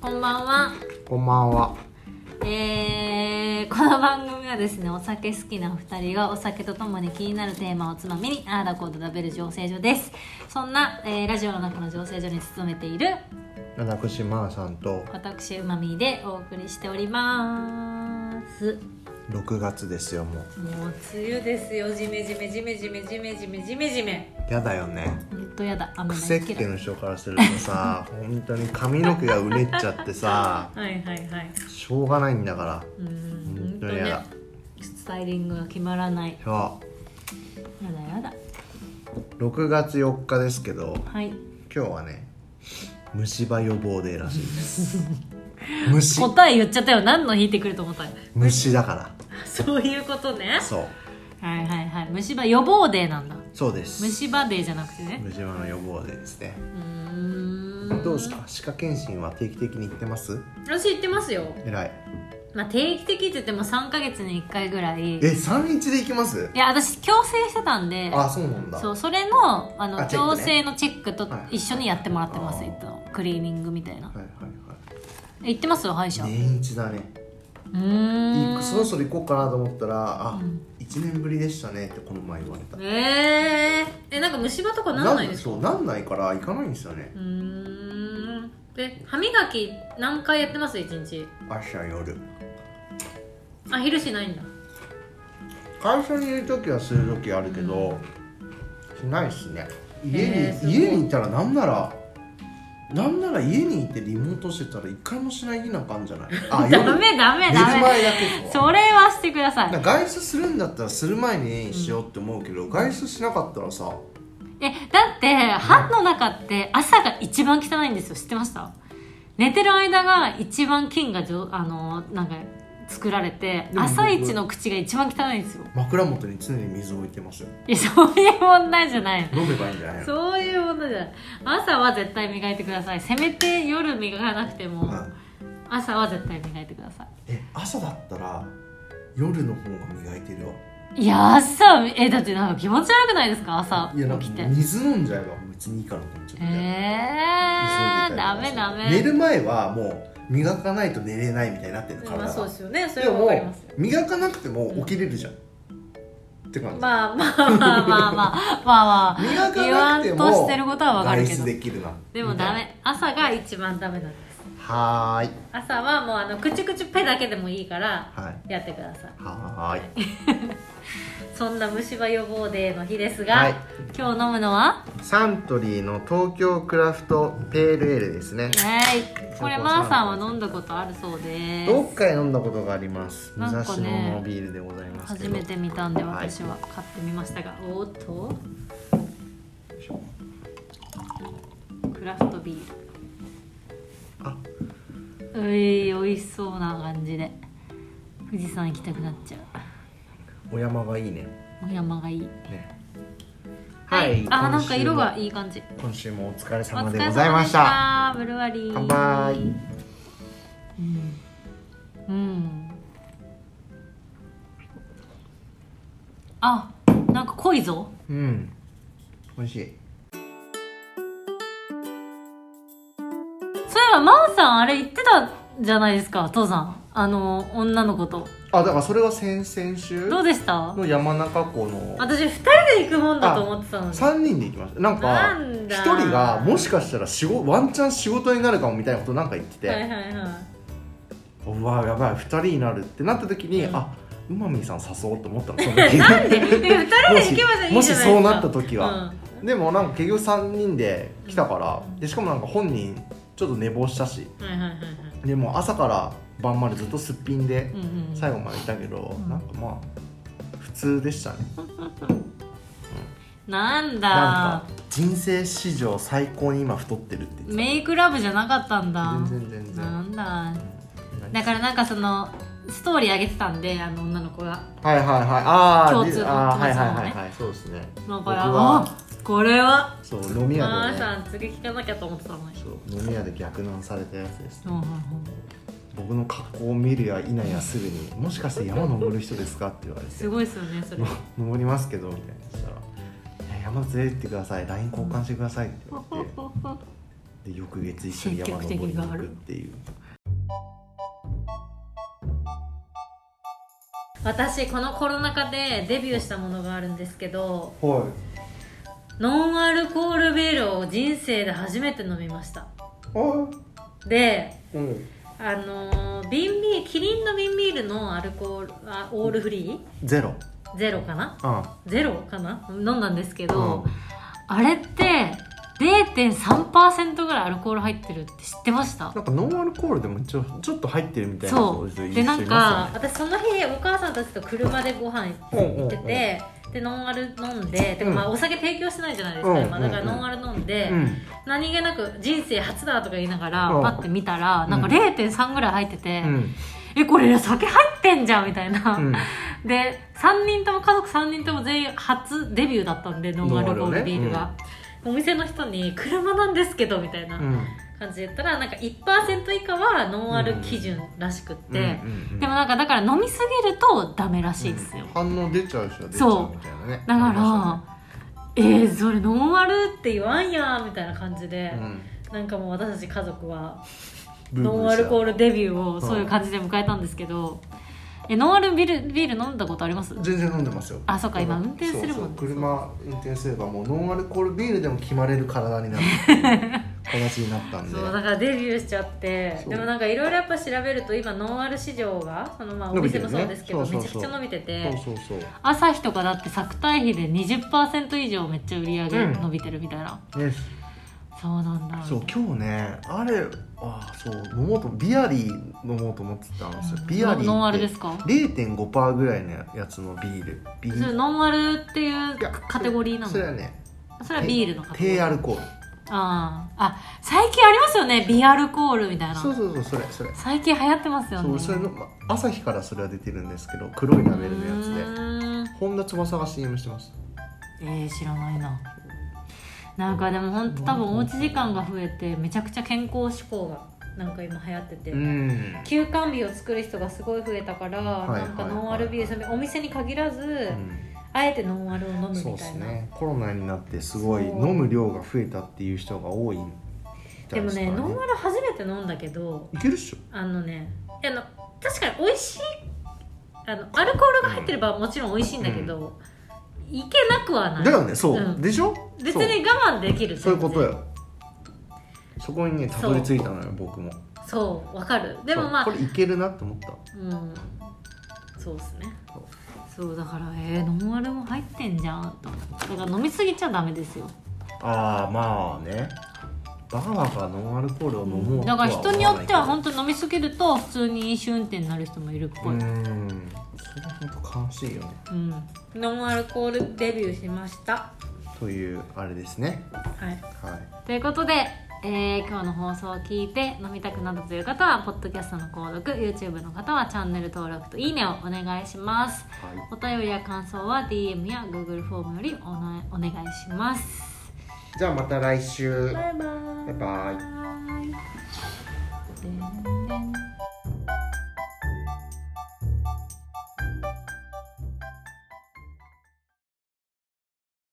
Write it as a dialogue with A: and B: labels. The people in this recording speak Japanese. A: ばんは。
B: こんばんは。
A: えー、この番組はですね、お酒好きなお二人がお酒とともに気になるテーマをおつまみに、あーだこうだ食べる醸成所です。そんな、えーラジオの中の醸成所に勤めている
B: 私まーさんと
A: 私、うまみでお送りしております。
B: 6月ですよもう。
A: もう梅雨ですよ、じめじめじめじめじめじめじめじめ。
B: やだよね。
A: ほんとやだ、雨
B: 癖
A: 大
B: っ
A: 嫌い
B: ての人からすると さ、本当に髪の毛がうねっちゃってさ、
A: はいはいはい。
B: しょうがないんだから。
A: うーん、
B: 本当に
A: ほ
B: や
A: ん
B: だ
A: とね。スタイリングが決まらない。
B: 今
A: やだやだ。
B: 日6月4日ですけど、
A: はい。
B: 今日はね、虫歯予防デーらしい です。虫
A: 答え言っちゃったよ。何の引いてくると思ったよ。
B: 虫だか
A: そういうことね
B: ら。。そう
A: はいはいはい。虫歯予防デーなんだ。
B: そうです。
A: 虫歯デーじゃなくてね。
B: 虫歯の予防デーですね
A: う。ーん。
B: どうですか歯科検診は定期的に行ってます
A: 私言ってますよ。
B: 偉い
A: まあ、定期的って言っても3ヶ月に1回ぐらい。い
B: え3日で行きます
A: や、私、矯正してたんで、
B: あそうなんだ
A: そう、それの、あの、
B: あチェッ
A: 矯
B: クね
A: 正のチェックと
B: はい
A: 一緒にやってもらってます、
B: あ
A: い
B: ー
A: つも。クリーニングみたいな。
B: はいはい
A: え行ってますよ、歯医者。
B: はい年一だね
A: うー
B: い
A: ん。
B: そろそろ行こうかなと思ったらあ
A: うん
B: 一1年ぶりでしたねってこの前言われた
A: えー、え、なんか虫歯とかなんないですか
B: そうなんないから行かないんですよね
A: うーんで歯磨き何回やってます一日
B: 朝夜
A: あ昼しないんだ
B: 会社にいる時はする時あるけど、しないっすね家に、
A: へーすごい
B: 家にいたらなんならなんなら家にいてリモートしてたら一回もしない日なんかあるんじゃないあ
A: ダ
B: 夜寝る
A: メダメダメ
B: 前だけ
A: それはしてくださ
B: ないんか外出するんだったらする前にしようって思うけど、外出しなかったらさ
A: えだって歯の中って朝が一番汚いんですよ知ってました寝てる間が一番菌がじょあのなんか作られて
B: でも
A: 朝一の口が一番汚いんですよ
B: 枕元に常に水を置いてますよ
A: いやそういう問題じゃない
B: 飲めばいいんじゃないの
A: そういう問題じゃない朝は絶対磨いてくださいせめて夜磨かなくても
B: うん
A: 朝は絶対磨いてください
B: え朝だったら夜の方が磨いてるよ
A: いや朝えだってなんか気持ち悪くないですか朝
B: いやなんか
A: 起きて
B: 水飲んじゃえば別にいいかなと思っちゃって、
A: え
B: 急
A: ー、
B: いで
A: ダ
B: 行ったり
A: メ
B: とか
A: ダメ
B: 寝る前はもう磨かないと寝れないみたいになってる体
A: まあ
B: が、
A: そうですよねそれ
B: で
A: はわかり
B: も
A: ますよ
B: 磨かなくても起きれるじゃん、って感じ、
A: まあまあまあまあまあまあまあ
B: 磨
A: 言
B: か
A: わ
B: なく
A: ん
B: ても
A: としてることはわかるけど
B: 外出できるな
A: でもダメ朝が一番ダメなんです
B: はーい
A: 朝はもうあの口口ペだけでもいいから
B: はい
A: やってください
B: はーい
A: そんな虫歯予防デーの日ですが、
B: はい
A: 今日飲むのは
B: サントリーの東京クラフトペールエールですね
A: はいこれまーさんは飲んだことあるそうです
B: どっかで飲んだことがあります武
A: なん
B: 蔵
A: かね
B: 野のビールでございますけ
A: 初
B: ど
A: めて見たんで
B: はい
A: 私は買ってみましたが、おーっとクラフトビー
B: あ
A: ルうい美味しそうな感じで富士山行きたくなっちゃう
B: お山がいいね
A: お山がいい
B: ね
A: あなんか色が
B: い
A: いい感じ
B: 今週もお疲れ
A: お
B: 様
A: 疲
B: で
A: れ様
B: ございました
A: でしたブルワリー
B: 乾杯
A: うん、うん、あなんか濃いぞ
B: うん美味しい
A: そういえば真央さんあれ言ってたじゃないですか父さんあの女の子と
B: あだからそれは先々週
A: どうでした
B: の山中湖の
A: 私2人で行くもんだと思ってたのに
B: 3人で行きましたなんか
A: なんだ
B: 一人がもしかしたら仕事ワンチャン仕事になるかもみたいなことなんか言ってて、
A: はいはいは
B: うわやばい2人になるってなった時に、
A: うん
B: あうまみんさん誘おうと思っ たのその
A: い
B: 時
A: なんで2人で行けばいいじゃないですか
B: もしそうなった時
A: う
B: は、
A: ん
B: でもなんか結局3人で来たから
A: うん
B: でしかもなんか本人ちょっと寝坊したし
A: はいはいはいはい
B: でもう朝から晩までずっとすっぴんで
A: うんうんうん
B: 最後までいたけど、
A: うん
B: なんかまあ普通でしたね、
A: なん
B: なん
A: だ
B: か人生史上最高に今太ってるって言って
A: メイクラブじゃなかったんだ
B: 全然全然
A: なんだ
B: た
A: だからなんかそのストーリー上げてたんであの女の子が
B: はいはいはいあー
A: 共通の
B: あーはい
A: 共通
B: は
A: のね
B: いはいはいそうですね
A: だ
B: 僕
A: から
B: は
A: あこれは
B: そう飲み屋
A: ま
B: で、
A: ー
B: ね、
A: さん次聞かなきゃと思ってたのに
B: そう飲み屋で逆ナンされたやつです、
A: うんうんうん
B: 僕の格好を見るや否やすぐに「もしかして山登る人ですか?」って言われて
A: すごいですよねそれ
B: の「登りますけど」みたいなしたら「いや山連れてってください LINE 交換してください」って言われてで翌月一緒に山登りに行くっていう
A: 私このコロナ禍でデビューしたものがあるんですけど
B: は
A: ノンアルコールビールを人生で初めて飲みました
B: いあ
A: で
B: うん
A: あのー瓶ビールキリンの瓶ビールのアルコールあオールフリ
B: ゼロ
A: ーゼロかな
B: あ
A: ゼロかな飲んだんですけど、
B: うん
A: あれって0.3%ぐらいアルコール入ってるって知ってました
B: なんかノンアルコールでもちょちょっと入ってるみたいな
A: そうでなんか、私その日お母さんたちと車でご飯
B: うんうんうん
A: 行ってて、でノンアル飲んでてか
B: うん
A: まあお酒提供してないじゃないですか、
B: うん
A: 今だから
B: うんうん
A: ノンアル飲んで、
B: うん、
A: 何気なく人生初だとか言いながら
B: うん
A: パッて見たら
B: うん
A: なんか0.3ぐらい入ってて、
B: うん
A: えこれ酒入ってんじゃんみたいな、
B: うん、
A: で3人とも家族3人とも全員初デビューだったんでノンアルコールビールが、お店の人に「車なんですけど」みたいな
B: うん
A: 感じで言ったらなんか1%以下はノンアル基準らしくって、
B: うんうんうん
A: でもなんかだから飲みすぎるとダメらしいですよ、
B: 反応出ちゃう人は出ちゃうみたいなね
A: だ
B: あ
A: から、えー、それノンアルって言わんやーみたいな感じで
B: りました、ね
A: なんかもう私たち家族は
B: うん
A: ノンアルコ
B: ー
A: ールデビューをそういう感じで迎えたんですけど、えノンアルビールビール飲んだことあります
B: 全然飲んでますよ
A: あそうか今運転するもんね
B: そうそう車運転すればもうノンアルコールビールでも決まれる体に なる形になったんで
A: そうだからデビューしちゃって
B: そう
A: でもなんかいろいろやっぱ調べると今ノンアル市場がそのまあお
B: 伸びて
A: 店
B: る
A: もそ
B: ね
A: うですけど、
B: そうそう
A: め
B: そう
A: ちゃくちゃ伸びてて
B: そうそうそ
A: 朝日とかだって作対比で20%以上めっちゃ売り上げ伸びてるみたいな、
B: うね
A: そうなんだ
B: そう今日ねあれあそう飲もうとビアリー飲もうと思ってたんですよビアリーって
A: ノンアルですか
B: 0.5%ぐらいのやつのビールビ
A: それ
B: ール
A: ノンアルっていう
B: いや
A: カテゴリーなの
B: そ
A: そ
B: れ
A: れ
B: はね
A: はビールのカテゴリ
B: 低
A: ー
B: アルコール
A: あーあ最近ありますよねビアルコールみたいな
B: そうそうそうそれそれ
A: 最近流行ってますよ
B: そ
A: ね
B: うそれの、まあ、朝日からそれは出てるんですけど黒いラベルのやつ
A: う
B: で
A: ーん
B: 本田翼が CM してます
A: えー、知らないななんかでも本当多分おうち時間が増えてめちゃくちゃ健康志向がなんか今流行ってて、
B: うん
A: 休館日を作る人がすごい増えたから、
B: い
A: なんかノンアルビール、
B: はい
A: そのお店に限らず、
B: うん
A: あえてノンアルを飲むみた
B: そうで
A: い
B: す
A: な、
B: ねコロナになってすごい
A: そう
B: 飲む量が増えたっていう人が多いみた
A: で
B: い
A: も
B: すから
A: ねノンアル初めて飲んだけど
B: いけるっしょ
A: あのねあの確かに美味しいあのアルコールが入ってればもちろん美味しいんだけど、いけなくはない
B: だよねそう、
A: うん
B: でしょ
A: 別
B: そう
A: に我慢できる
B: そういうこと
A: 全然
B: よそこにねたどり着いたのよ僕も
A: そうわかるで
B: そ
A: も
B: う
A: まあ
B: これいけるなって思った
A: うんそうですね
B: そう
A: そうだからえー、ノンアルも入ってんじゃんと思ってだから飲みすぎちゃダメですよ
B: ああまあねバーバーがノンアルコールを飲もうと
A: だ
B: は
A: から人によっては
B: 思わ
A: 本当飲みすぎると普通に飲酒運転になる人もいるっぽい、
B: ないけどうんそれは本当悲しいよね
A: うん、ノンアルコールデビューしました
B: というあれですね
A: はい
B: はい
A: ということで、えー今日の放送を聞いて飲みたくなったという方はポッドキャストの購読 YouTube の方はチャンネル登録といいねをお願いします
B: はい
A: お便りや感想は DM や Google フォームよりおなお願いします
B: じゃあまた来週
A: バイバ
B: バイバイ
A: イ